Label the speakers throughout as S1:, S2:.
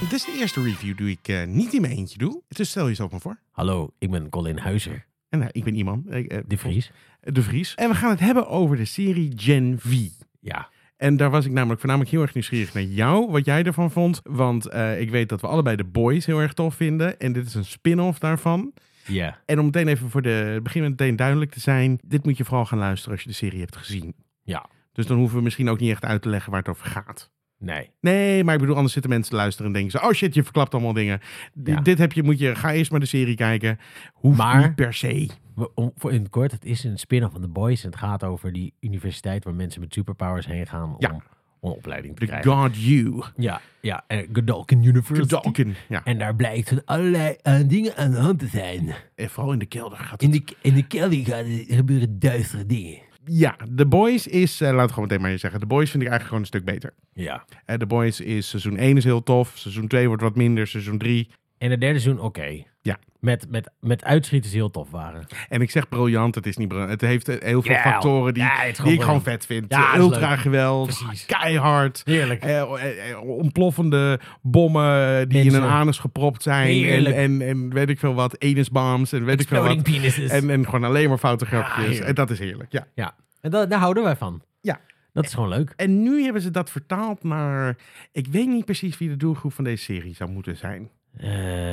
S1: Dit is de eerste review die ik eh, niet in mijn eentje doe. Dus stel jezelf maar voor.
S2: Hallo, ik ben Colin Huizer,
S1: En eh, ik ben iemand. Ik, eh,
S2: de Vries.
S1: De Vries. En we gaan het hebben over de serie Gen V.
S2: Ja,
S1: En daar was ik namelijk voornamelijk heel erg nieuwsgierig naar jou, wat jij ervan vond. Want eh, ik weet dat we allebei de boys heel erg tof vinden. En dit is een spin-off daarvan.
S2: ja,
S1: En om meteen even voor de begin meteen duidelijk te zijn. Dit moet je vooral gaan luisteren als je de serie hebt gezien.
S2: ja,
S1: Dus dan hoeven we misschien ook niet echt uit te leggen waar het over gaat.
S2: nee.
S1: Nee, maar ik bedoel, anders zitten mensen te luisteren en denken ze... Oh shit, je verklapt allemaal dingen. D-
S2: Ja.
S1: Dit heb je, moet je... Ga eerst maar de serie kijken. Hoeft
S2: Maar-
S1: niet per se.
S2: We- Om, voor in het kort, het is een spin-off van The Boys. En het gaat over die universiteit waar mensen met superpowers heen gaan
S1: Ja.
S2: om, om een opleiding te
S1: The
S2: krijgen.
S1: God You.
S2: Ja, ja, eh, Godalkin University.
S1: Dalken. Ja,
S2: En daar blijkt van allerlei eh, dingen aan de hand te zijn.
S1: en eh, vooral in de kelder gaat
S2: In de, in de kelder gaan, er gebeuren duistere dingen.
S1: Ja, The Boys is, eh, laat het gewoon meteen maar zeggen. The Boys vind ik eigenlijk gewoon een stuk beter.
S2: Ja.
S1: Eh, The Boys is seizoen 1 is heel tof. Seizoen 2 wordt wat minder. Seizoen 3.
S2: En het derde seizoen, oké.
S1: Ja.
S2: Met, met, met uitschieters die heel tof waren.
S1: En ik zeg briljant, het is niet briljant. Het heeft eh, heel veel
S2: Jawel.
S1: factoren die,
S2: Ja, het is
S1: die ik
S2: gewoon
S1: gewoon vet vind.
S2: Ja,
S1: Eh,
S2: is
S1: Ultra
S2: leuk.
S1: geweld,
S2: Precies.
S1: keihard.
S2: Heerlijk.
S1: eh, eh, eh, ontploffende bommen die
S2: Mensen.
S1: in een anus gepropt zijn. En,
S2: Heerlijk.
S1: en, en weet ik veel wat. Anusbombs en weet ik veel
S2: Exploding
S1: wat.
S2: penises.
S1: En, en gewoon alleen maar foute grapjes.
S2: heerlijk.
S1: en dat is heerlijk, ja.
S2: ja. En da- daar houden wij van.
S1: Ja.
S2: Dat is gewoon leuk.
S1: En nu hebben ze dat vertaald naar... Ik weet niet precies wie de doelgroep van deze serie zou moeten zijn.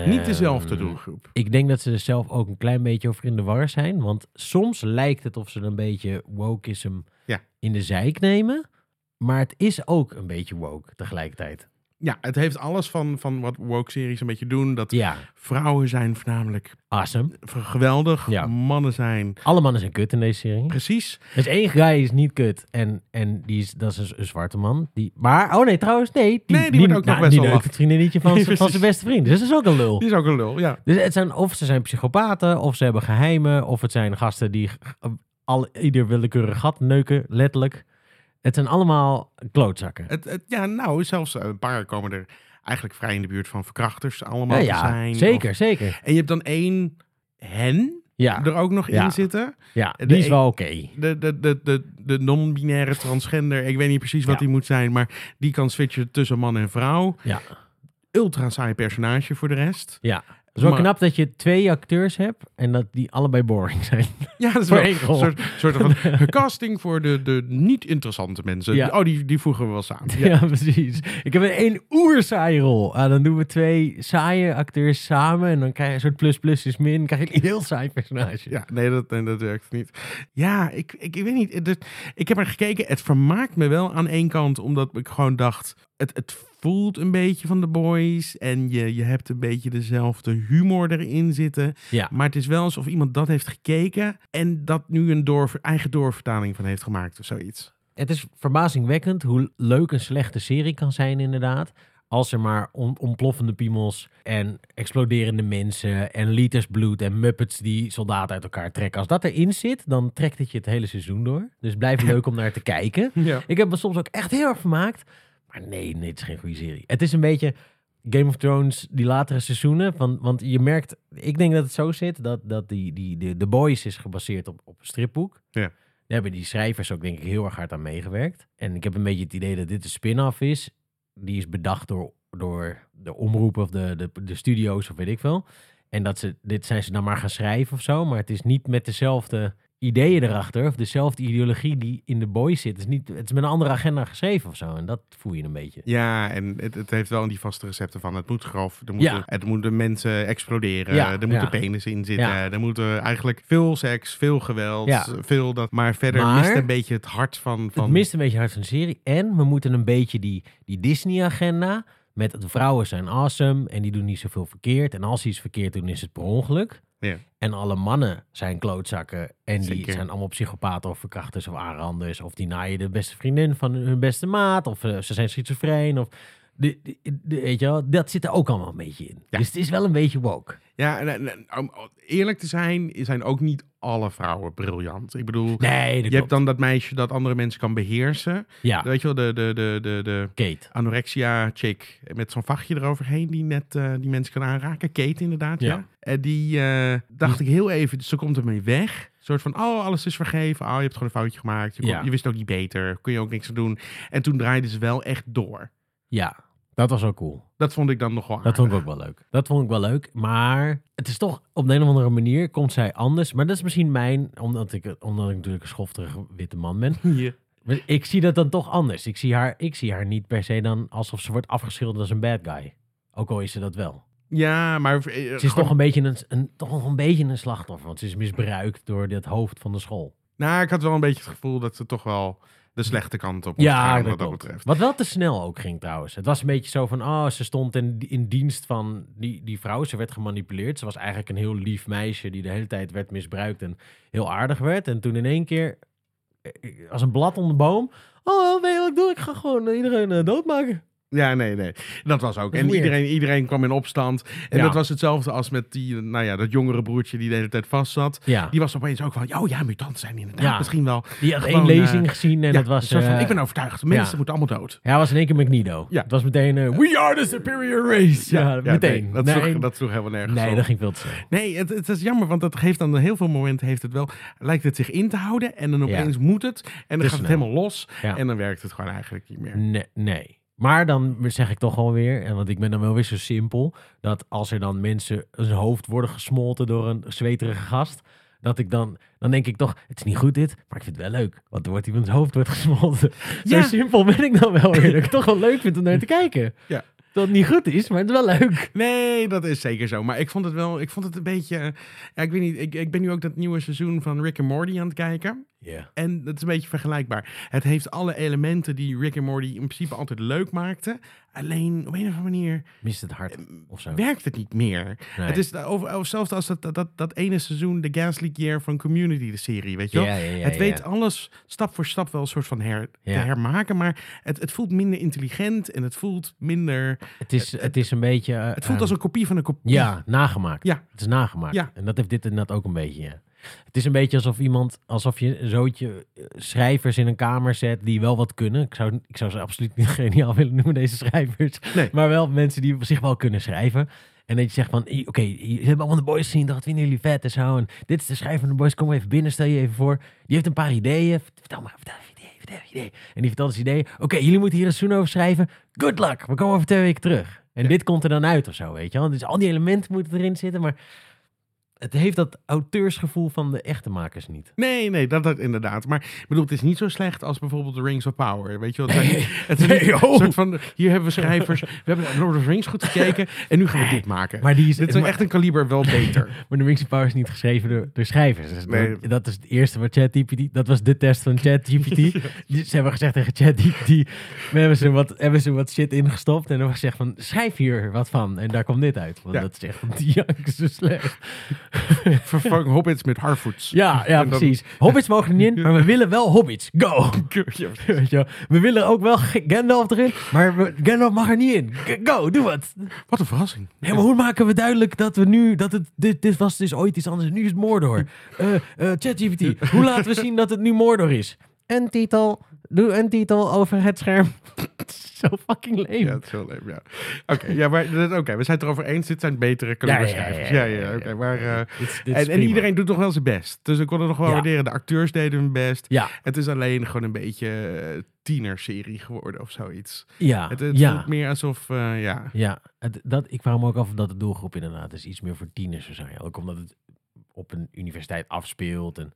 S1: Niet dezelfde
S2: Ehm,
S1: doelgroep.
S2: Ik denk dat ze er zelf ook een klein beetje over in de war zijn. Want soms lijkt het of ze een beetje wokeism
S1: Ja.
S2: in de zijk nemen. Maar het is ook een beetje woke tegelijkertijd.
S1: Ja, het heeft alles van, van wat woke-series een beetje doen. Dat
S2: Ja,
S1: vrouwen zijn voornamelijk
S2: awesome.
S1: v- geweldig.
S2: Ja.
S1: Mannen zijn
S2: Alle mannen zijn kut in deze serie.
S1: precies.
S2: Dus één guy is niet kut. En, en die is, dat is een, een zwarte man. Die, maar, oh nee, trouwens, nee.
S1: Nee, die wordt ook nog best
S2: die
S1: wel
S2: neukt
S1: laf.
S2: het vriendinnetje van,
S1: Nee,
S2: zijn- van
S1: precies.
S2: zijn beste vriend. Dus dat is ook een lul.
S1: Die is ook een lul, ja.
S2: Dus het zijn, of ze zijn psychopaten, of ze hebben geheimen, of het zijn gasten die g- al, ieder willekeurig gat neuken, letterlijk. Het zijn allemaal klootzakken.
S1: Het, het, ja, nou, zelfs eh, een paar komen er eigenlijk vrij in de buurt van verkrachters allemaal
S2: Ja,
S1: te
S2: ja,
S1: zijn.
S2: zeker,
S1: Of-
S2: zeker.
S1: en je hebt dan één hen
S2: Ja,
S1: er ook nog
S2: Ja.
S1: in zitten.
S2: ja
S1: de
S2: die is
S1: een-
S2: wel oké.
S1: De, de, de, de, de non-binaire transgender, ik weet niet precies wat
S2: Ja.
S1: die moet zijn, maar die kan switchen tussen man en vrouw.
S2: Ja,
S1: Ultra saai personage voor de rest.
S2: ja. Het is wel
S1: Maar-
S2: knap dat je twee acteurs hebt en dat die allebei boring zijn.
S1: Ja, dat is
S2: Voor
S1: wel een
S2: één rol.
S1: soort, soort van casting voor de, de niet interessante mensen.
S2: Ja.
S1: Oh, die, die voegen we wel samen.
S2: Ja, precies. Ik heb een één oersaaie rol. Ah, dan doen we twee saaie acteurs samen en dan krijg je een soort plus plus is min. Dan krijg je een heel saai personage.
S1: Ja, nee, dat, nee, dat werkt niet. Ja, ik, ik, ik weet niet. Het- het- ik heb er gekeken. Het vermaakt me wel aan één kant, omdat ik gewoon dacht... Het, het voelt een beetje van de boys en je, je hebt een beetje dezelfde humor erin zitten.
S2: Ja.
S1: Maar het is wel alsof iemand dat heeft gekeken en dat nu een door, eigen doorvertaling van heeft gemaakt of zoiets.
S2: Het is verbazingwekkend hoe leuk een slechte serie kan zijn, inderdaad. Als er maar on- ontploffende piemels en exploderende mensen en liters bloed en muppets die soldaten uit elkaar trekken. Als dat erin zit, dan trekt het je het hele seizoen door. Dus blijf leuk om naar te kijken.
S1: Ja.
S2: Ik heb me soms ook echt heel erg vermaakt. Maar nee, nee, het is geen goede serie. Het is een beetje Game of Thrones, die latere seizoenen. Van, want je merkt, ik denk dat het zo zit, dat, dat die, die, de, de Boys is gebaseerd op, op een stripboek.
S1: Ja.
S2: Daar hebben die schrijvers ook denk ik heel erg hard aan meegewerkt. En ik heb een beetje het idee dat dit een spin-off is. Die is bedacht door, door de omroep of de, de, de studio's of weet ik veel. En dat ze, dit zijn ze dan maar gaan schrijven of zo. Maar het is niet met dezelfde ideeën erachter. Of dezelfde ideologie die in de boys zit. Het is, niet, het is met een andere agenda geschreven of zo. En dat voel je een beetje.
S1: Ja, en het, het heeft wel die vaste recepten van het moet grof, er
S2: Ja.
S1: moeten, het moeten mensen exploderen,
S2: Ja,
S1: er moeten
S2: ja.
S1: penis in zitten,
S2: Ja.
S1: er moeten eigenlijk veel seks, veel geweld,
S2: Ja.
S1: veel dat, maar verder
S2: Maar-
S1: mist een beetje het hart van... van
S2: Het mist een beetje hard van de serie. En we moeten een beetje die, die Disney-agenda. Met de vrouwen zijn awesome en die doen niet zoveel verkeerd. En als ze iets verkeerd doen, is het per ongeluk.
S1: Ja.
S2: En alle mannen zijn klootzakken. En
S1: Zeker.
S2: die zijn allemaal psychopaten of verkrachters of aanranders. Of die naaien de beste vriendin van hun beste maat. Of eh, ze zijn schizofreen. Of... De, de- de- weet je wel, dat zit er ook allemaal een beetje in.
S1: Ja.
S2: Dus het is wel een beetje woke.
S1: Ja, en, en- en om eerlijk te zijn, zijn ook niet alle vrouwen briljant. Ik bedoel,
S2: Nee,
S1: je
S2: dat
S1: hebt
S2: klopt.
S1: dan dat meisje dat andere mensen kan beheersen.
S2: Ja,
S1: Weet je wel, de, de, de, de, de
S2: Kate.
S1: anorexia chick met zo'n vachtje eroverheen die net eh, die mensen kan aanraken. Kate inderdaad, ja.
S2: Ja.
S1: En die eh, dacht ik heel even, ze komt ermee weg. Een soort van, oh, alles is vergeven. Oh, je hebt gewoon een foutje gemaakt. Je, kon-
S2: Ja.
S1: je wist ook niet beter. Kun je ook niks aan doen. En toen draaiden ze wel echt door.
S2: Ja, dat was wel cool.
S1: Dat vond ik dan nog wel
S2: Dat vond ik ook
S1: aardig.
S2: wel leuk. Dat vond ik wel leuk. Maar het is toch op de een of andere manier komt zij anders. Maar dat is misschien mijn, omdat ik, omdat ik natuurlijk een schofterige witte man ben.
S1: Ja.
S2: Maar Ik zie dat dan toch anders. Ik zie, haar, ik zie haar niet per se dan alsof ze wordt afgeschilderd als een bad guy. Ook al is ze dat wel.
S1: Ja, maar... eh,
S2: Ze is
S1: gewoon-
S2: toch een, beetje een, een, toch nog een beetje een slachtoffer. Want ze is misbruikt door dit hoofd van de school.
S1: Nou, ik had wel een beetje het gevoel dat ze toch wel de slechte kant op moest
S2: Ja,
S1: gaan,
S2: dat
S1: wat dat
S2: klopt.
S1: betreft.
S2: Wat wel te snel ook ging trouwens. Het was een beetje zo van, oh, ze stond in, in dienst van die, die vrouw. Ze werd gemanipuleerd. Ze was eigenlijk een heel lief meisje die de hele tijd werd misbruikt en heel aardig werd. En toen in één keer, eh, als een blad onder de boom, oh, weet je wat ik doe? Ik ga gewoon eh, iedereen eh, doodmaken.
S1: Ja, nee, nee. Dat was ook.
S2: Dat is
S1: En
S2: weird.
S1: iedereen, iedereen kwam in opstand. En
S2: Ja.
S1: dat was hetzelfde als met die, nou ja, dat jongere broertje die de hele tijd vast zat.
S2: Ja,
S1: Die was opeens ook van, oh ja, mutanten zijn inderdaad
S2: Ja.
S1: misschien wel.
S2: die had één
S1: gewoon, eh,
S2: lezing gezien en
S1: ja,
S2: dat
S1: een
S2: was...
S1: soort van,
S2: eh,
S1: ik ben overtuigd, mensen
S2: ja.
S1: moeten allemaal dood.
S2: ja, was in één keer Magneto.
S1: Ja.
S2: Het was meteen, eh, we are the superior race. Ja, meteen.
S1: nee, dat,
S2: nee,
S1: sloeg, dat sloeg helemaal nergens
S2: nee,
S1: op.
S2: dat ging veel te snel.
S1: Nee, het, het is jammer, want dat geeft dan heel veel momenten heeft het wel, lijkt het zich in te houden. En dan
S2: Ja.
S1: opeens moet het. En dan
S2: Te
S1: gaat het
S2: snel.
S1: helemaal los.
S2: Ja.
S1: En dan werkt het gewoon eigenlijk niet meer.
S2: Nee, nee. Maar dan zeg ik toch wel weer, en want ik ben dan wel weer zo simpel, dat als er dan mensen hun hoofd worden gesmolten door een zweterige gast, dat ik dan, dan denk ik toch, het is niet goed dit, maar ik vind het wel leuk, want er wordt iemands hoofd wordt gesmolten.
S1: Ja.
S2: Zo simpel ben ik dan wel weer, dat ik het toch wel leuk vind om naar te kijken.
S1: Ja.
S2: Dat het niet goed is, maar het is wel leuk.
S1: Nee, dat is zeker zo. Maar ik vond het wel, ik vond het een beetje. eh, Ja, ik weet niet, ik, ik ben nu ook dat nieuwe seizoen van Rick and Morty aan het kijken.
S2: Ja.
S1: En dat is een beetje vergelijkbaar. Het heeft alle elementen die Rick and Morty in principe altijd leuk maakte. Alleen op een of andere manier
S2: Mist het
S1: Ehm,
S2: hart of zo.
S1: werkt het niet meer.
S2: Nee.
S1: Het is da- over, over- zelfs als dat, dat, dat, dat ene seizoen, de Gasly Year van Community, de serie, weet je wel.
S2: Ja, ja, ja,
S1: het weet
S2: ja.
S1: alles stap voor stap wel een soort van her, te
S2: Ja.
S1: hermaken. Maar het, het voelt minder intelligent en het voelt minder.
S2: het, is, het is een beetje... eh,
S1: Het voelt
S2: ehm,
S1: als een kopie van een kopie.
S2: Ja, nagemaakt.
S1: Ja.
S2: Het is nagemaakt.
S1: Ja.
S2: En dat heeft dit inderdaad ook een beetje. ja. Het is een beetje alsof iemand, alsof je een zootje eh, schrijvers in een kamer zet die wel wat kunnen. Ik zou, ik zou ze absoluut niet geniaal willen noemen, deze schrijvers.
S1: Nee.
S2: Maar wel mensen die op zich wel kunnen schrijven. En dat je zegt van, i- oké, je hebt allemaal de boys gezien, dat vinden jullie vet en zo. En dit is de schrijver van de boys, kom even binnen, stel je even voor. Die heeft een paar ideeën. Vertel maar, vertel even ideeën, vertel even ideeën. En die vertelt zijn ideeën. Oké, jullie moeten hier een zoen over schrijven. Good luck, we komen over twee weken terug. En dit komt er dan uit of zo, weet je wel. Dus al die elementen moeten erin zitten, maar het heeft dat auteursgevoel van de echte makers niet.
S1: Nee, nee, dat, dat inderdaad. Maar ik bedoel, het is niet zo slecht als bijvoorbeeld de Rings of Power. Weet je wat? Het zijn- het is
S2: Nee,
S1: een
S2: oh.
S1: soort van, hier hebben we schrijvers, we hebben naar Lord of the Rings goed gekeken en nu gaan we dit maken.
S2: Maar die is,
S1: dit is
S2: maar,
S1: echt een kaliber wel beter.
S2: maar de Rings of Power is niet geschreven door, door schrijvers. Dus
S1: Nee.
S2: dat, dat is het eerste wat ChatGPT. Dat was de test van ChatGPT. Die- Ze hebben gezegd tegen ChatGPT. we Hebben ze wat, hebben ze wat shit ingestopt. En hebben gezegd van schrijf hier wat van. En daar komt dit uit. Want
S1: Ja.
S2: dat is echt jank zo slecht.
S1: Vervang hobbits met harfoots.
S2: Ja, ja
S1: En dan-
S2: precies. Hobbits mogen er niet in, maar we willen wel hobbits. Go! Weet je wel, we willen ook wel G- Gandalf erin, maar we- Gandalf mag er niet in. G- Go, doe wat.
S1: Wat een verrassing.
S2: Nee, maar hoe maken we duidelijk dat we nu, dat het, dit, dit was dus ooit iets anders, nu is het Mordor. Eh, eh, ChatGPT, hoe laten we zien dat het nu Mordor is? Een titel, doe een titel over het scherm. Zo fucking leem.
S1: Ja, dat is heel leuk, ja. Oké, ja, maar dat- oké, we zijn het erover eens. Dit zijn betere kaliberschrijvers. Ja, ja, ja. oké, maar, eh,
S2: Dit- dit is
S1: en, en
S2: prima.
S1: iedereen doet toch wel zijn best. Dus ik kon het nog wel
S2: Ja.
S1: waarderen. De acteurs deden hun best.
S2: Ja,
S1: Het is alleen gewoon een beetje eh, tienerserie geworden of zoiets.
S2: ja,
S1: Het, het
S2: Ah, ja.
S1: voelt meer alsof, eh, ja.
S2: Ja, het, dat, ik vraag me ook af of dat de doelgroep inderdaad is iets meer voor tieners zou zijn. Ook omdat het op een universiteit afspeelt. En,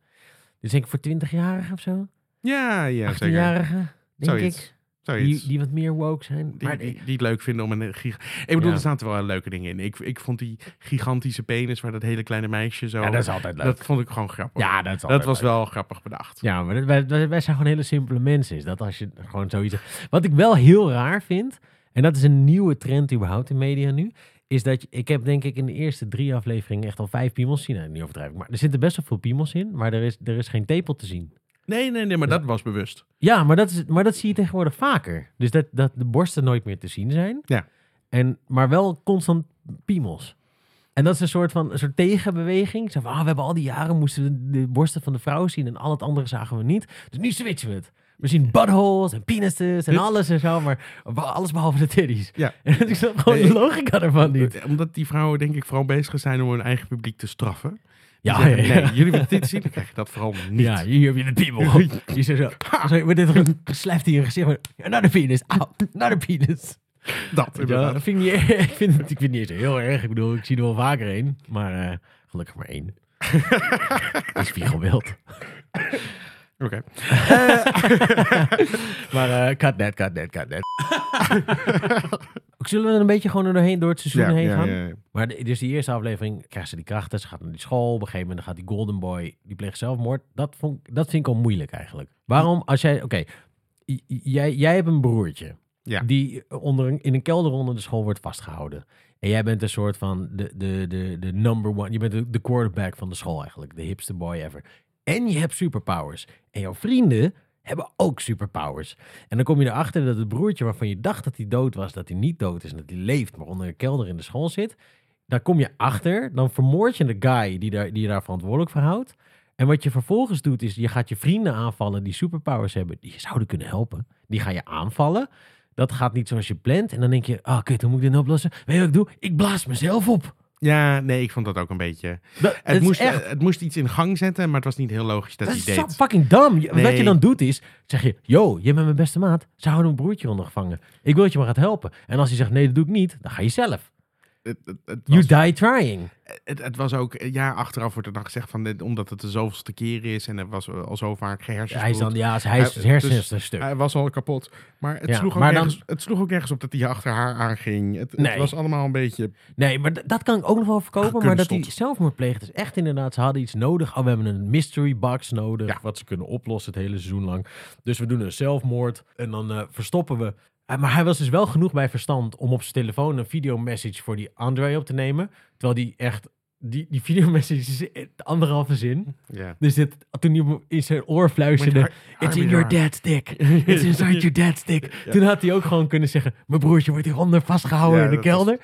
S2: dus denk ik voor twintigjarigen of zo?
S1: Ja, ja, zeker.
S2: 18-jarigen, denk
S1: Zoiets.
S2: ik.
S1: Zoiets.
S2: Die,
S1: Die,
S2: die wat meer woke zijn.
S1: die,
S2: maar
S1: die, het leuk vinden om een giga- Ik bedoel,
S2: Ja.
S1: er zaten wel leuke dingen in. Ik, ik vond die gigantische penis waar dat hele kleine meisje zo...
S2: ja, dat is altijd leuk.
S1: dat vond ik gewoon grappig.
S2: ja, dat is altijd
S1: dat was
S2: leuk.
S1: wel grappig bedacht.
S2: Ja, maar dat- wij, wij- wij zijn gewoon hele simpele mensen. Is dat als je gewoon zoiets... Wat ik wel heel raar vind, en dat is een nieuwe trend überhaupt in media nu... Is dat je- ik heb denk ik in de eerste drie afleveringen echt al vijf piemels zien. Nou, niet overdrijven, maar er zitten best wel veel piemels in. Maar er is, er is geen tepel te zien.
S1: Nee, nee, nee, maar dat was bewust.
S2: Ja, maar dat, is, maar dat zie je tegenwoordig vaker. Dus dat, dat de borsten nooit meer te zien zijn.
S1: Ja.
S2: En, maar wel constant piemels. En dat is een soort van een soort tegenbeweging. Zo van, ah, we hebben al die jaren moesten we de borsten van de vrouw zien en al het andere zagen we niet. Dus nu switchen we het. We zien buttholes en penises en
S1: Ja.
S2: alles en zo, maar be- alles behalve de titties.
S1: Ja.
S2: En ik snap gewoon
S1: Nee,
S2: de
S1: ik-
S2: logica ervan niet.
S1: Omdat die vrouwen denk ik vooral bezig zijn om hun eigen publiek te straffen. Die
S2: Ja, ja,
S1: zeggen,
S2: ja.
S1: Nee, jullie willen dit zien, dan krijg je dat vooral niet.
S2: Ja, hier heb je de piemel. Je zegt zo, sorry, met dit ge- geslijft in je gezicht. maar, ja, Naar de penis, auw, naar de penis.
S1: dat
S2: Ja,
S1: inderdaad.
S2: dat vind ik, niet, ik, vind het, ik vind het niet eens heel erg. Ik bedoel, ik zie er wel vaker één. Maar eh, gelukkig maar één. Een spiegelbeeld.
S1: Oké.
S2: Maar eh cut that, cut that, cut that. Ook Zullen we er een beetje gewoon er doorheen, door het seizoen
S1: Ja,
S2: heen
S1: ja,
S2: gaan?
S1: ja, ja.
S2: Maar de- dus die eerste aflevering krijgt ze die krachten. Ze gaat naar die school. Op een gegeven moment gaat die Golden Boy, die pleegt zelfmoord. Dat, vond, ik- dat vind ik al moeilijk eigenlijk. Waarom als jij, oké, j- j- jij, jij hebt een broertje.
S1: Ja.
S2: Die onder een- in een kelder onder de school wordt vastgehouden. En jij bent een soort van de, de, de, de number one. Je bent de, de quarterback van de school eigenlijk. De hipste boy ever. En je hebt superpowers. En jouw vrienden hebben ook superpowers. En dan kom je erachter dat het broertje waarvan je dacht dat hij dood was, dat hij niet dood is en dat hij leeft, maar onder een kelder in de school zit. Daar kom je achter, dan vermoord je de guy die daar, die je daar verantwoordelijk voor houdt. En wat je vervolgens doet, is je gaat je vrienden aanvallen die superpowers hebben, die je zouden kunnen helpen. Die ga je aanvallen. Dat gaat niet zoals je plant. En dan denk je, ah, kut, hoe moet ik dit nou oplossen? Weet je wat ik doe? Ik blaas mezelf op.
S1: Ja, nee, ik vond dat ook een beetje...
S2: Dat,
S1: Het,
S2: het
S1: moest, eh,
S2: is echt,
S1: het moest iets in gang zetten, maar het was niet heel logisch dat, hij
S2: dat is
S1: deed.
S2: zo fucking dom. Je- Wat
S1: Nee.
S2: je dan doet is, zeg je, yo, je bent mijn beste maat. Ze houden een broertje ondergevangen. Ik wil dat je me gaat helpen. En als hij zegt, nee, dat doe ik niet, dan ga je zelf.
S1: Het, het, het
S2: You
S1: was,
S2: die trying.
S1: het, het was ook, ja, achteraf wordt er dan gezegd van dit, omdat het de zoveelste keer is en het was al zo vaak gehersenspoeld.
S2: Hij is dan, ja, hij is
S1: Hij-
S2: hersenen
S1: dus-
S2: een stuk.
S1: Hij was al kapot. Maar het,
S2: Ja,
S1: sloeg, ook
S2: maar dan-
S1: nergens, het sloeg ook nergens op dat hij achter haar aanging. Het,
S2: Nee.
S1: het was allemaal een beetje...
S2: Nee, maar d- dat kan ik ook nog wel verkopen. Maar dat
S1: Gekunsteld.
S2: die zelfmoord pleegt is echt inderdaad. Ze hadden iets nodig. Oh, we hebben een mystery box nodig. Wat ze kunnen oplossen het hele seizoen lang. Dus we doen een zelfmoord. En dan eh, verstoppen we. Eh, maar hij was dus wel genoeg bij verstand om op zijn telefoon een videomessage voor die Andre op te nemen. Terwijl die echt. Die, die videomessage is eh, anderhalve zin.
S1: Ja.
S2: Dus dit, toen hij hem in zijn oor fluisterde. It's in your dad's dick. It's inside your dad's dick.
S1: Ja.
S2: Toen had hij ook gewoon kunnen zeggen... mijn broertje wordt hieronder vastgehouden
S1: Ja,
S2: in de
S1: dat
S2: kelder.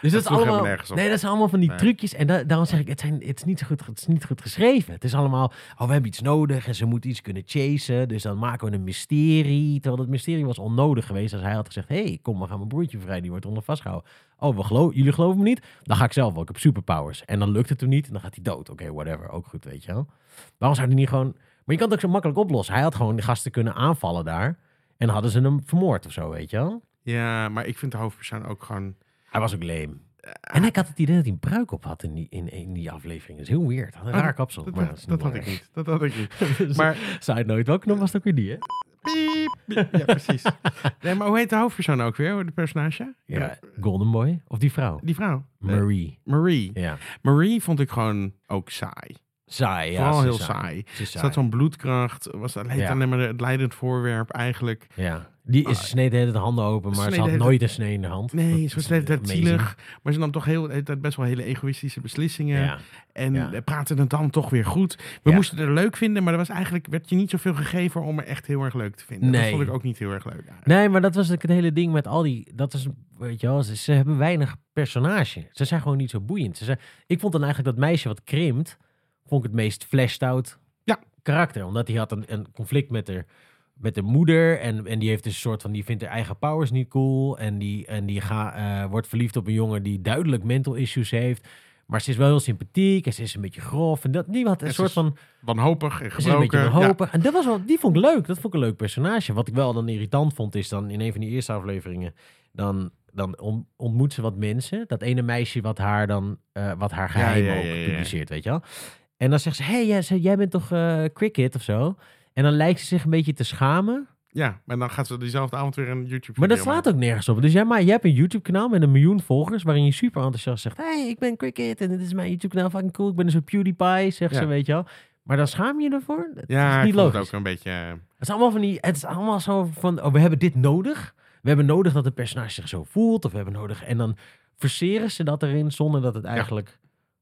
S2: dus dat, is
S1: sloeg helemaal
S2: allemaal...
S1: nergens op.
S2: Nee, dat zijn allemaal van die
S1: Nee.
S2: trucjes. En da- daarom zeg ik, het, zijn, het, is niet zo goed, het is niet goed geschreven. Het is allemaal, oh, we hebben iets nodig... en ze moeten iets kunnen chasen. Dus dan maken we een mysterie. Terwijl dat mysterie was onnodig geweest... als hij had gezegd, hé, hey, kom, we gaan mijn broertje vrij. Die wordt onder vastgehouden. Oh, we gelo- jullie geloven me niet? Dan ga ik zelf wel. Ik heb superpowers. En dan lukt het hem niet en dan gaat hij dood. Oké, whatever. Ook goed, weet je wel. Waarom zou hij niet gewoon... Maar je kan het ook zo makkelijk oplossen. Hij had gewoon de gasten kunnen aanvallen daar. En hadden ze hem vermoord of zo, weet je wel.
S1: Ja, maar ik vind de hoofdpersoon ook gewoon...
S2: Hij was ook lame.
S1: Eh,
S2: En ik had het idee dat hij een pruik op had in die, in, in die aflevering. Dat is heel weird. Had een
S1: Oh,
S2: raar kapsel.
S1: Dat,
S2: maar
S1: dat, dat had ik niet. Dat had ik niet.
S2: niet. maar
S1: Maar...
S2: side note, welke knop was Dus, het ook weer die, hè?
S1: Piep, piep. Ja, precies. Nee, maar hoe heet de hoofdpersoon ook weer? De personage?
S2: Ja, Golden Boy. Of die vrouw.
S1: Die vrouw. Eh,
S2: Marie.
S1: Marie.
S2: Ja.
S1: Marie vond ik gewoon ook saai.
S2: Saai, ja.
S1: Vooral
S2: ze
S1: heel
S2: is
S1: saai.
S2: Ze is
S1: Er
S2: saai.
S1: zat zo'n bloedkracht. Was dat leed
S2: Ja.
S1: alleen maar het leidend voorwerp eigenlijk.
S2: Ja. Die is sneed de hele tijd de handen open, maar
S1: Ah, Sneed
S2: ze
S1: de
S2: had
S1: hele
S2: nooit een snee in de hand.
S1: Nee, ze was de hele tijd
S2: Amazing.
S1: zielig. Maar ze nam toch heel, de hele tijd best wel hele egoïstische beslissingen.
S2: Ja.
S1: En
S2: ja.
S1: eh, praatte het dan toch weer goed. We
S2: Ja.
S1: moesten het er leuk vinden, maar er was eigenlijk, werd je niet zoveel gegeven om er echt heel erg leuk te vinden. Dat
S2: Nee.
S1: vond ik ook niet heel erg leuk. eigenlijk.
S2: Nee, maar dat was ook het hele ding met al die. Dat is, weet je wel, ze, ze hebben weinig personage. Ze zijn gewoon niet zo boeiend. Ze zijn, ik vond dan eigenlijk dat meisje wat krimpt, vond ik het meest fleshed out
S1: Ja.
S2: karakter. Omdat hij had een, een conflict met haar, met haar moeder. En, en die heeft dus een soort van, die vindt haar eigen powers niet cool. En die, en die ga, eh, wordt verliefd op een jongen die duidelijk mental issues heeft. Maar ze is wel heel sympathiek en ze is een beetje grof. En dat, die had een
S1: En ze
S2: soort
S1: is
S2: van...
S1: Wanhopig en
S2: Ze is een beetje
S1: gebroken.
S2: wanhopig. En dat was wel, die vond ik leuk. Dat vond ik een leuk personage. Wat ik wel dan irritant vond, is dan in een van die eerste afleveringen... dan, dan on- ontmoet ze wat mensen. Dat ene meisje wat haar, dan, eh, wat haar geheim
S1: ja,
S2: ook
S1: ja, ja.
S2: publiceert, weet je wel. En dan zegt ze, hé, hey, jij, jij bent toch eh, cricket of zo? En dan lijkt ze zich een beetje te schamen.
S1: Ja. ja, en dan gaat ze diezelfde avond weer een YouTube
S2: Maar dat
S1: video
S2: slaat ook nergens op. Dus jij, maar, jij hebt een YouTube-kanaal met een miljoen volgers... waarin je super enthousiast zegt... hey, ik ben cricket en dit is mijn YouTube-kanaal. Fucking cool, ik ben dus een PewDiePie, zegt
S1: Ja.
S2: ze, weet je wel. Maar dan schaam je je ervoor? Dat
S1: maken. Ja,
S2: is niet
S1: ik vond
S2: logisch.
S1: het ook een beetje... eh,
S2: Het is allemaal van die. Het is allemaal zo van. Oh, we hebben dit nodig. We hebben nodig dat een personage zich zo voelt. Of we hebben nodig. En dan verseren ze dat erin zonder dat het eigenlijk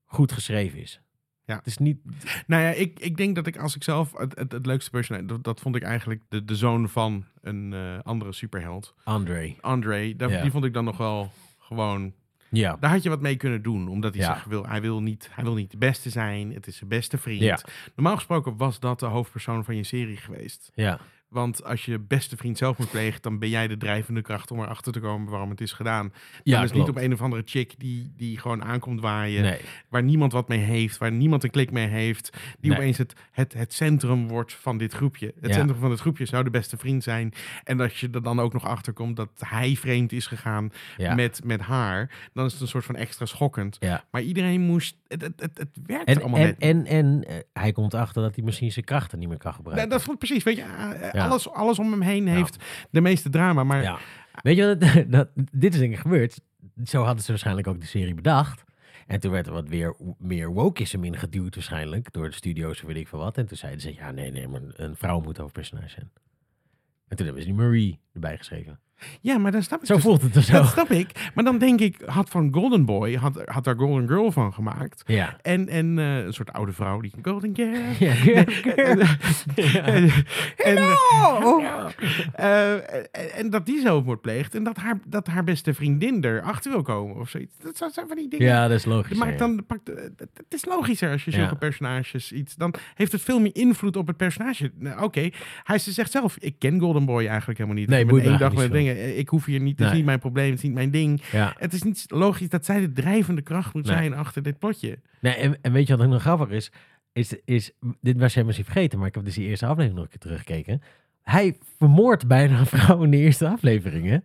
S2: goed geschreven is.
S1: Ja.
S2: Het is niet...
S1: Nou ja, ik, ik denk dat ik als ik zelf het, het, het leukste personage... Dat, dat vond ik eigenlijk de, de zoon van een eh, andere superheld.
S2: André.
S1: André, dat,
S2: Ja.
S1: die vond ik dan nog wel gewoon...
S2: Ja.
S1: Daar had je wat mee kunnen doen. Omdat hij
S2: Ja.
S1: zich wil, hij wil, niet, hij wil niet de beste zijn. Het is zijn beste vriend.
S2: Ja.
S1: Normaal gesproken was dat de hoofdpersoon van je serie geweest.
S2: Ja.
S1: Want als je beste vriend zelf moet plegen, dan ben jij de drijvende kracht om erachter te komen waarom het is gedaan.
S2: Ja,
S1: dan is
S2: klopt.
S1: niet op een of andere chick die, die gewoon aankomt waaien,
S2: Nee.
S1: waar niemand wat mee heeft, waar niemand een klik mee heeft, die
S2: Nee.
S1: opeens het, het, het centrum wordt van dit groepje. Het
S2: Ja.
S1: centrum van dit groepje zou de beste vriend zijn. En dat je er dan ook nog achter komt dat hij vreemd is gegaan
S2: Ja.
S1: met, met haar, dan is het een soort van extra schokkend.
S2: Ja.
S1: Maar iedereen moest, het, het, het, het werkte
S2: En,
S1: allemaal
S2: en,
S1: net.
S2: en, en eh, hij komt achter dat hij misschien zijn krachten niet meer kan
S1: Nou,
S2: gebruiken.
S1: dat vond ik precies, weet je, eh, eh,
S2: Ja.
S1: alles, alles om hem heen
S2: Ja.
S1: heeft de meeste drama, maar
S2: Ja. Weet je wat? het- dat, dit is denk ik gebeurd. Zo hadden ze waarschijnlijk ook de serie bedacht. En toen werd er wat weer, meer wokeism ingeduwd waarschijnlijk. Door de studio's of weet ik veel wat. En toen zeiden ze, ja nee, nee, maar een vrouw moet hoofdpersonage zijn. En toen hebben ze die Marie erbij geschreven.
S1: Ja, maar dan snap ik
S2: Zo
S1: dus-
S2: voelt het er zo.
S1: Dat snap ik. Maar dan denk ik, had van Golden Boy, had, had daar Golden Girl van gemaakt.
S2: Ja.
S1: En, en eh, een soort oude vrouw die Golden Girl.
S2: Ja.
S1: En, eh, en, en,
S2: Hello!
S1: eh, en- en dat die zelfmoord pleegt en dat haar, dat haar beste vriendin erachter wil komen of zoiets. Dat zijn zijn van die dingen.
S2: Ja, dat is
S1: Je
S2: logisch.
S1: maakt
S2: ja.
S1: dan, pakt, eh, het het is logischer als je zulke
S2: Ja.
S1: personages iets. Dan heeft het veel meer invloed op het personage. Nou, Oké, hij ze zegt zelf: Ik ken Golden Boy eigenlijk helemaal niet.
S2: Nee,
S1: ik ben
S2: boeit me
S1: één dag met
S2: eigenlijk niet
S1: dingen. eh, Ik hoef hier niet. Het is
S2: Nee.
S1: niet mijn probleem, het is niet mijn ding.
S2: Ja.
S1: Het is niet logisch dat zij de drijvende kracht moet
S2: Nee.
S1: zijn achter dit plotje.
S2: Nee, en, en weet je wat ook nog grappig is? is, is dit was jij misschien vergeten, maar ik heb dus die eerste aflevering nog een keer teruggekeken. Hij vermoordt bijna een vrouw in de eerste aflevering, hè?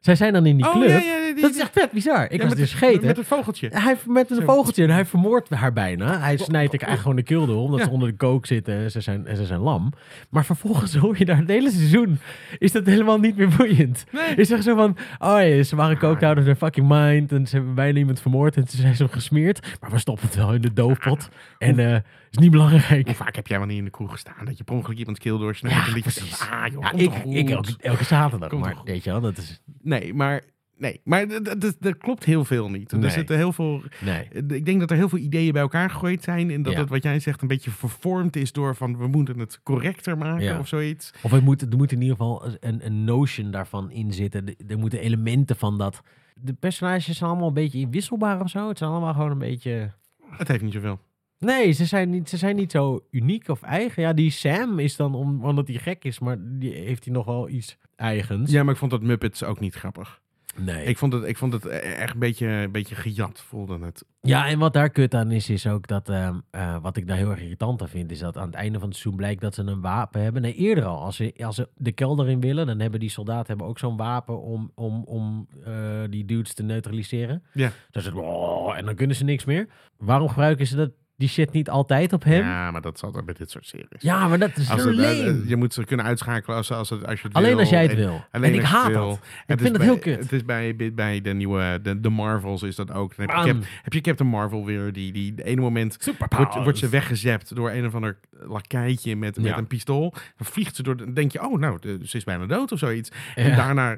S2: Zij zijn dan in die club.
S1: Oh, ja, die-
S2: dat is echt vet bizar. Ik
S1: ja,
S2: was
S1: met
S2: dus
S1: het-
S2: vergeten.
S1: Met het vogeltje.
S2: Hij met een
S1: Zo.
S2: vogeltje en hij vermoordt haar bijna. Hij snijdt haar eigenlijk gewoon de keel door, omdat
S1: Ja.
S2: ze onder de kook zitten en ze, zijn, en ze zijn lam. Maar vervolgens hoor je daar het hele seizoen, is dat helemaal niet meer boeiend.
S1: Nee.
S2: Is echt zo van, oh ja, ze waren cooked out of their fucking mind en ze hebben bijna iemand vermoord en ze zijn zo gesmeerd. Maar we stoppen het wel in de doofpot en eh is niet belangrijk.
S1: Hoe vaak heb jij wel niet in de kroeg gestaan dat je per ongeluk iemand keel doorsnijdt?
S2: Ja,
S1: en dat je
S2: precies.
S1: zegt, Ah, joh,
S2: Ja,
S1: komt
S2: ik,
S1: toch goed.
S2: ik elke, elke zaterdag,
S1: Komt
S2: maar
S1: toch goed.
S2: weet je wel, dat is,
S1: Nee, maar, nee, maar d- d- d- er klopt heel veel niet. Er
S2: Nee.
S1: zitten heel veel
S2: nee.
S1: Ik denk dat er heel veel ideeën bij elkaar gegooid zijn. En dat
S2: Ja.
S1: het, wat jij zegt, een beetje vervormd is door van we moeten het correcter maken
S2: Ja.
S1: of zoiets.
S2: Of het moet, er moet in ieder geval een, een notion daarvan in zitten. Er- Er moeten elementen van dat. De personages zijn allemaal een beetje wisselbaar of zo. Het zijn allemaal gewoon een beetje.
S1: Het heeft niet zoveel.
S2: Nee, ze zijn niet, ze zijn niet zo uniek of eigen. Ja, die Sam is dan om, omdat hij gek is, maar die, heeft hij nog wel iets eigens.
S1: Ja, maar ik vond dat Muppets ook niet grappig.
S2: Nee.
S1: Ik vond het, ik vond het eh, echt een beetje, een beetje gejat, voelde het.
S2: Ja, en wat daar kut aan is, is ook dat. ehm, eh, wat ik daar heel erg irritant aan vind, is dat aan het einde van het seizoen blijkt dat ze een wapen hebben. Nee, eerder al. Als ze, als ze de kelder in willen, dan hebben die soldaten hebben ook zo'n wapen om, om, om eh, die dudes te neutraliseren.
S1: Ja.
S2: Dus het, oh, en dan kunnen ze niks meer. Waarom gebruiken ze dat, die shit niet altijd op hem? Ja,
S1: Ja, maar dat zat er bij dit soort series.
S2: maar dat is
S1: Als
S2: zo
S1: het, eh,
S2: lame.
S1: eh, je moet ze kunnen uitschakelen als, als, het, als je het
S2: Alleen
S1: wil.
S2: als jij het
S1: En-
S2: wil.
S1: alleen
S2: en ik
S1: als je
S2: haat
S1: het wil.
S2: dat.
S1: En
S2: Ik
S1: het is
S2: vind
S1: bij-
S2: dat heel kut.
S1: Het is bij, bij- bij de nieuwe, de, de Marvels is dat ook. Dan heb, je
S2: Man.
S1: Cap, heb je Captain Marvel weer, die, die de ene moment
S2: Superpowers.
S1: wordt, wordt ze weggezept door een of ander lakijtje met, met
S2: Ja.
S1: een pistool. Dan vliegt ze door. Dan denk je, oh, nou, de- ze is bijna dood of zoiets. En
S2: Ja.
S1: daarna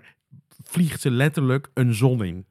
S1: vliegt ze letterlijk een zon in.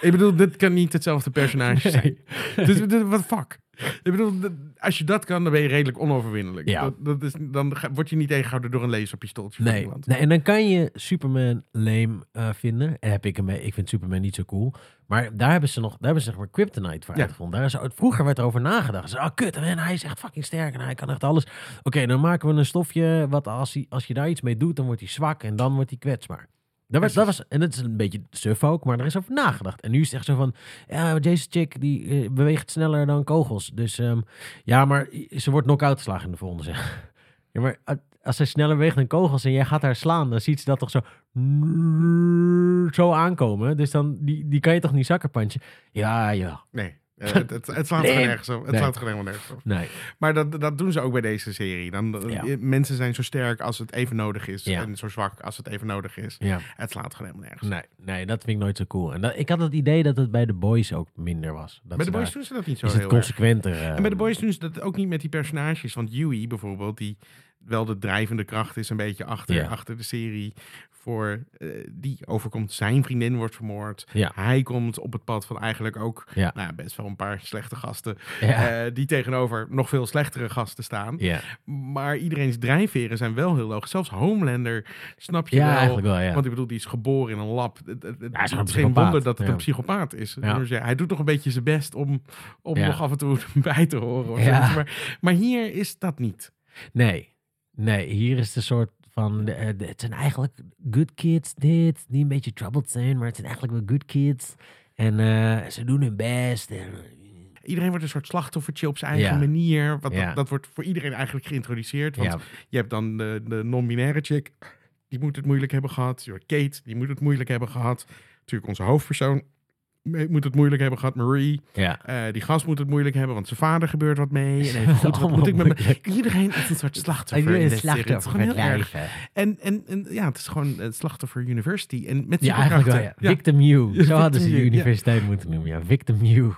S1: Ik bedoel, dit kan niet hetzelfde personage zijn. Dus dit- wat fuck. Ik bedoel, dat- als je dat kan, dan ben je redelijk onoverwinnelijk.
S2: Ja.
S1: Dat, dat is, dan ga- word je niet tegengehouden door een laserpistooltje. van
S2: Nee.
S1: iemand.
S2: nee, en dan kan je Superman lame eh, vinden. En heb ik hem, eh, ik vind Superman niet zo cool. Maar daar hebben ze nog, daar hebben ze zeg maar Kryptonite voor
S1: Ja.
S2: uitgevonden. Daar is, vroeger werd er over nagedacht. Ze, zeiden, oh kut, man, hij is echt fucking sterk en hij kan echt alles. Oké, dan maken we een stofje, wat als, hij, als je daar iets mee doet, dan wordt hij zwak en dan wordt hij kwetsbaar. Dat was, dat was, en dat is een beetje suf ook, maar er is over nagedacht. En nu is het echt zo van, ja, deze chick die eh, beweegt sneller dan kogels. Dus ehm, ja, maar ze wordt knock-out geslagen in de volgende zeg. Ja, maar a- als zij sneller beweegt dan kogels en jij gaat haar slaan, dan ziet ze dat toch zo, zo aankomen. Dus dan, die, die kan je toch niet zakkerpantje? Ja, ja.
S1: Nee. Eh, het, het, het slaat
S2: Nee.
S1: gewoon nergens op. Het
S2: Nee.
S1: slaat gewoon helemaal nergens op.
S2: Nee.
S1: Maar dat, dat doen ze ook bij deze serie. Dan,
S2: Ja.
S1: Mensen zijn zo sterk als het even nodig is.
S2: Ja.
S1: En zo zwak als het even nodig is.
S2: Ja.
S1: Het slaat gewoon helemaal nergens. op.
S2: Nee, nee, dat vind ik nooit zo cool. En dat, ik had het idee dat het bij de boys ook minder was. Dat
S1: Bij
S2: ze
S1: de boys
S2: daar-
S1: doen ze dat niet zo
S2: is het
S1: heel erg.
S2: consequenter. ehm,
S1: En bij de boys doen ze dat ook niet met die personages. Want Yui bijvoorbeeld, die, wel de drijvende kracht is een beetje achter,
S2: Ja.
S1: achter de serie. Voor eh, die overkomt zijn vriendin wordt vermoord.
S2: Ja.
S1: Hij komt op het pad van eigenlijk ook
S2: Ja.
S1: nou, ja, best wel een paar slechte gasten.
S2: Ja.
S1: eh, die tegenover nog veel slechtere gasten staan.
S2: Ja,
S1: Maar iedereen's drijfveren zijn wel heel logisch. Zelfs Homelander snap je
S2: ja
S1: wel.
S2: eigenlijk wel, ja.
S1: Want ik bedoel, die is geboren in een lab. Het- Het, het-
S2: gewoon
S1: het
S2: een
S1: is geen wonder
S2: psychopaat,
S1: dat het
S2: ja.
S1: een psychopaat is.
S2: Ja.
S1: Dus ja, hij doet nog een beetje zijn best om, om
S2: Ja.
S1: nog af en toe bij te horen. of
S2: Ja.
S1: zoiets. Maar, maar hier is dat niet.
S2: Nee, nee, hier is de soort van, eh, de- het zijn eigenlijk good kids dit, die een beetje troubled zijn, maar het zijn eigenlijk wel good kids. En eh, ze doen hun best. En,
S1: Iedereen wordt een soort slachtoffertje op zijn eigen
S2: Ja.
S1: manier. Want
S2: Ja.
S1: dat, dat wordt voor iedereen eigenlijk geïntroduceerd. Want
S2: ja,
S1: je hebt dan de, de non-binaire chick. Die moet het moeilijk hebben gehad. Je hebt Kate, die moet het moeilijk hebben gehad. Natuurlijk onze hoofdpersoon moet het moeilijk hebben gehad. Marie.
S2: ja.
S1: Eh, die gast moet het moeilijk hebben, want zijn vader gebeurt wat mee. En
S2: Ze
S1: even, goed, wat
S2: allemaal
S1: moet ik met me-
S2: moeilijk.
S1: Iedereen is een soort
S2: Ik
S1: slachtoffer.
S2: ben
S1: in
S2: een
S1: deze serie. Het is
S2: slachtoffer van
S1: gewoon
S2: het
S1: heel erg.
S2: leven.
S1: En, en, en ja, het is gewoon het slachtoffer university. En met
S2: Ja, eigenlijk wel, ja.
S1: superkrachten. Ja.
S2: Victim U. Zo hadden ze
S1: Victim
S2: de
S1: U, ja.
S2: universiteit moeten noemen, ja. Victim U.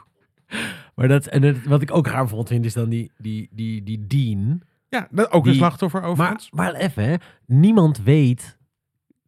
S2: Maar dat, en dat- wat ik ook raar vond, vind, is dan die, die, die, die dean.
S1: Ja, dat, ook een
S2: Die-
S1: slachtoffer
S2: Maar,
S1: overigens.
S2: maar even, hè. niemand weet...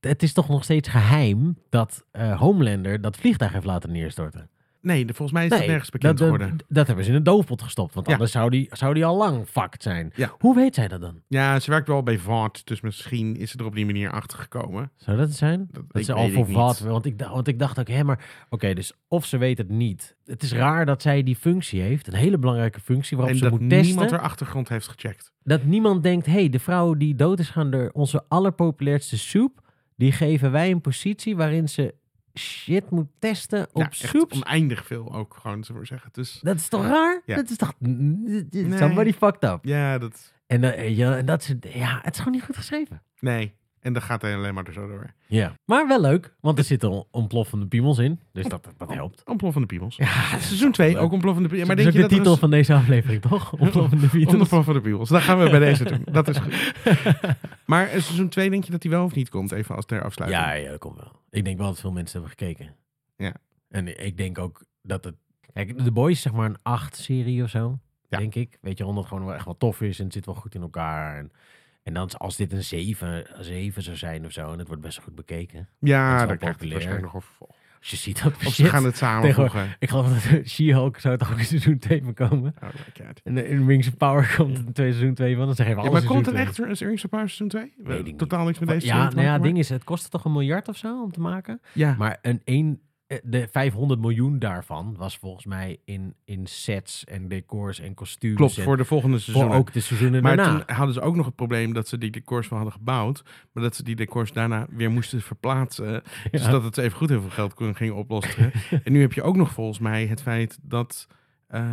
S2: Het is toch nog steeds geheim dat eh, Homelander dat vliegtuig heeft laten neerstorten.
S1: nee, de- volgens mij is dat nergens bekend
S2: dat,
S1: geworden.
S2: dat, dat hebben ze in een doofpot gestopt, want
S1: Ja.
S2: anders zou die, zou die al lang fucked zijn.
S1: Ja.
S2: Hoe weet zij dat dan?
S1: Ja, ze werkt wel bij Vaught, dus misschien is ze er op die manier achter gekomen.
S2: Zou dat het zijn?
S1: Dat,
S2: Dat
S1: ik
S2: ze al
S1: weet
S2: voor
S1: het
S2: wat,
S1: niet.
S2: want ik, dacht- want ik dacht ook, hè, maar oké, dus of ze weet het niet. Het is raar dat zij die functie heeft, een hele belangrijke functie waarop
S1: En
S2: ze
S1: dat
S2: moet
S1: niemand
S2: testen.
S1: haar achtergrond heeft gecheckt.
S2: Dat niemand denkt, hé, hey, de vrouw die dood is gaan door onze allerpopulairste soep, die geven wij een positie waarin ze shit moet testen op
S1: ja, echt
S2: soep.
S1: oneindig veel ook, gewoon, zullen we zeggen. Dus
S2: Dat is toch raar?
S1: Ja.
S2: Dat is toch...
S1: Nee.
S2: Somebody fucked up.
S1: ja, dat...
S2: En dat, ja, en dat is, ja, het is gewoon niet goed geschreven.
S1: Nee. En dat gaat alleen maar zo door.
S2: Ja. Maar wel leuk, want er zitten on- ontploffende piemels in. Dus dat, dat helpt.
S1: Ontploffende piemels.
S2: Ja, dat
S1: Seizoen 2, ook ontploffende piemels.
S2: Ja,
S1: Maar
S2: dat
S1: denk
S2: is
S1: je
S2: ook de
S1: dat er
S2: titel
S1: een-
S2: van deze aflevering, toch? Ontploffende Beatles.
S1: Ontploffende piemels. Dat gaan we bij deze doen. Dat is goed. Maar eh, seizoen 2, denk je dat die wel of niet komt? Even als ter afsluiting.
S2: Ja, ja, dat komt wel. Ik denk wel dat veel mensen hebben gekeken.
S1: Ja.
S2: En ik denk ook dat het... Kijk, The Boys is zeg maar een acht serie of zo,
S1: Ja.
S2: denk ik. Weet je, omdat het gewoon wel echt wel tof is en het zit wel goed in elkaar. En, en dan als dit een zeven, een zeven zou zijn of zo, en het wordt best wel goed bekeken.
S1: Ja,
S2: Dat is wel
S1: daar krijgt het
S2: populair.
S1: waarschijnlijk nog over vervolg.
S2: Als je ziet dat
S1: Of ze
S2: shit-
S1: gaan het samenvoegen.
S2: Ik geloof dat She-Hulk zou toch ook in seizoen 2 van komen.
S1: Oh my god.
S2: En eh, in Rings of Power komt het in twee seizoen 2 van. Dan zeggen we
S1: Ja,
S2: alles
S1: maar komt
S2: in
S1: er
S2: seizoen
S1: echt een Rings of Power seizoen 2?
S2: Weet ik niet.
S1: Totaal niks met
S2: twee.
S1: deze
S2: Ja,
S1: serie te
S2: nou ja,
S1: maken,
S2: het ding is, het kostte toch een miljard of zo om te maken?
S1: maar- Ja.
S2: Maar een, een, eh, de 500 miljoen daarvan was volgens mij in, in sets en decors en kostuums.
S1: Klopt,
S2: en
S1: voor de volgende seizoen.
S2: ook de seizoenen
S1: Maar
S2: daarna.
S1: toen hadden ze ook nog het probleem dat ze die decors wel hadden gebouwd, maar dat ze die decors daarna weer moesten verplaatsen. Dus
S2: Ja.
S1: dat het even goed heel veel geld kon, ging oplossen. en nu heb je ook nog volgens mij het feit dat eh,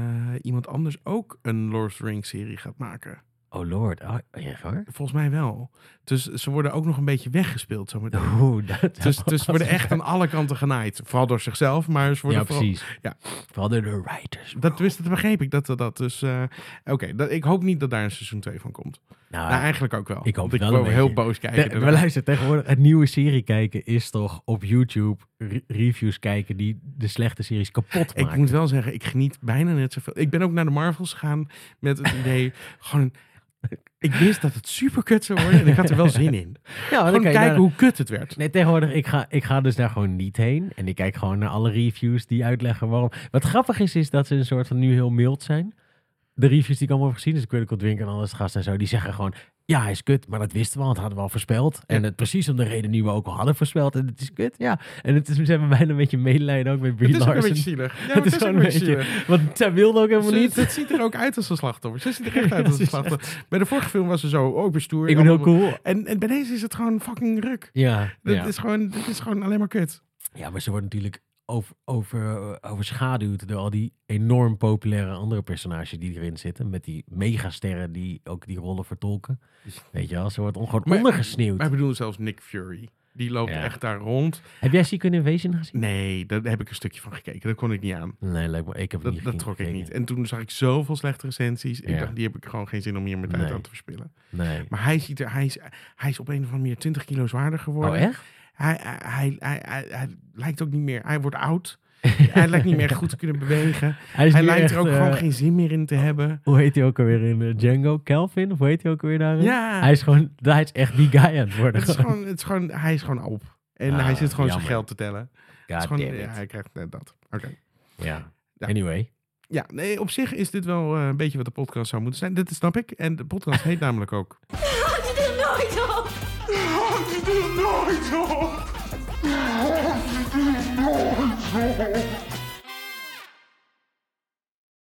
S1: iemand anders ook een Lord of the Rings serie gaat maken.
S2: Oh lord, oh, echt hoor.
S1: Volgens mij wel. Dus ze worden ook nog een beetje weggespeeld zometeen.
S2: Oeh, dat
S1: Dus, dus ze worden echt aan alle kanten genaaid. Vooral door zichzelf, maar ze worden
S2: Ja,
S1: vooral...
S2: precies.
S1: ja.
S2: Vooral door de writers.
S1: Dat wist dat begreep ik. Dat, dat, dus, eh, Oké, dat- ik hoop niet dat daar een seizoen 2 van komt.
S2: Nou,
S1: nou, eigenlijk ook wel.
S2: ik hoop
S1: Want
S2: het wel
S1: wou
S2: een
S1: heel
S2: beetje.
S1: boos kijken.
S2: we
S1: daarna.
S2: luisteren tegenwoordig. Het nieuwe serie kijken is toch op YouTube re- reviews kijken die de slechte series kapot
S1: Ik
S2: maken.
S1: moet wel zeggen, ik geniet bijna net zoveel. Ik ben ook naar de Marvels gegaan met het idee, gewoon... Ik wist dat het super kut zou worden en ik had er wel zin in.
S2: ja, Oh, dan
S1: Gewoon
S2: kan je
S1: kijken
S2: daar-
S1: hoe kut het werd.
S2: Nee, tegenwoordig, ik ga, ik ga dus daar gewoon niet heen. En ik kijk gewoon naar alle reviews die uitleggen waarom. Wat grappig is, is dat ze een soort van nu heel mild zijn. De reviews die ik allemaal heb gezien, dus Critical Drink en alles gast en zo, die zeggen gewoon... Ja, hij is kut, maar dat wisten we, want dat hadden we al voorspeld. En
S1: Ja.
S2: het precies om de reden die we ook al hadden voorspeld. En het is kut, ja. En het is, ze hebben bijna een beetje medelijden ook met Brie
S1: Het is ook een
S2: Larson.
S1: beetje zielig. Ja, maar
S2: het is
S1: ook
S2: gewoon een beetje-
S1: zielig.
S2: Want zij wilde ook helemaal
S1: Ze-
S2: niet.
S1: Het ziet er ook uit als een slachtoffer. Ze ziet er echt uit als
S2: Ja, ze
S1: een
S2: is
S1: slachtoffer. Bij de vorige film was ze zo, oh, ik ben stoer.
S2: Ik ben heel
S1: allemaal-
S2: cool.
S1: En, en bij deze is het gewoon fucking ruk.
S2: Ja,
S1: Dit,
S2: ja.
S1: is, gewoon, dit is gewoon alleen maar kut.
S2: ja, maar ze wordt natuurlijk over, over, overschaduwd door al die enorm populaire andere personages die erin zitten. Met die megasterren die ook die rollen vertolken. Weet je wel, ze wordt on- gewoon
S1: Dus- Maar-
S2: ondergesneeuwd.
S1: Maar ik bedoel zelfs Nick Fury. Die loopt
S2: Ja.
S1: echt daar rond.
S2: Heb jij Secret Invasion gezien?
S1: Nee, daar heb ik een stukje van gekeken. Dat kon ik niet aan.
S2: Nee, leuk, maar ik heb
S1: Dat,
S2: het niet
S1: dat
S2: gekeken.
S1: trok ik niet. En toen zag ik zoveel slechte recensies. Ik
S2: Ja.
S1: dacht, die heb ik gewoon geen zin om hier mijn tijd
S2: Nee.
S1: aan te verspillen.
S2: Nee.
S1: Maar hij, ziet er, hij, is, hij is op een of andere manier 20 kilo zwaarder geworden.
S2: Oh, echt?
S1: hij, hij, hij, hij, hij lijkt ook niet meer. Hij wordt oud. Hij lijkt niet meer goed te kunnen bewegen.
S2: Hij, is
S1: Hij
S2: nu
S1: lijkt
S2: echt,
S1: er ook
S2: eh,
S1: gewoon geen zin meer in te hebben.
S2: Hoe heet hij ook alweer in eh, Django? Calvin? Of hoe heet hij ook alweer daarin?
S1: Ja,
S2: Oh. Hij is gewoon, hij is echt die guy aan het worden.
S1: het is gewoon, het is gewoon, hij is gewoon op. En
S2: Ah,
S1: hij zit gewoon
S2: jammer.
S1: zijn geld te tellen. Het is
S2: God
S1: gewoon,
S2: damn
S1: ja,
S2: it.
S1: hij krijgt net dat. Oké.
S2: Ja.
S1: Ja.
S2: Anyway.
S1: Ja, nee, op zich is dit wel eh, een beetje wat de podcast zou moeten zijn. Dit snap ik. En de podcast heet namelijk ook.
S3: Houd je er nooit op!
S4: Houd je er nooit op! Houd je er nooit op!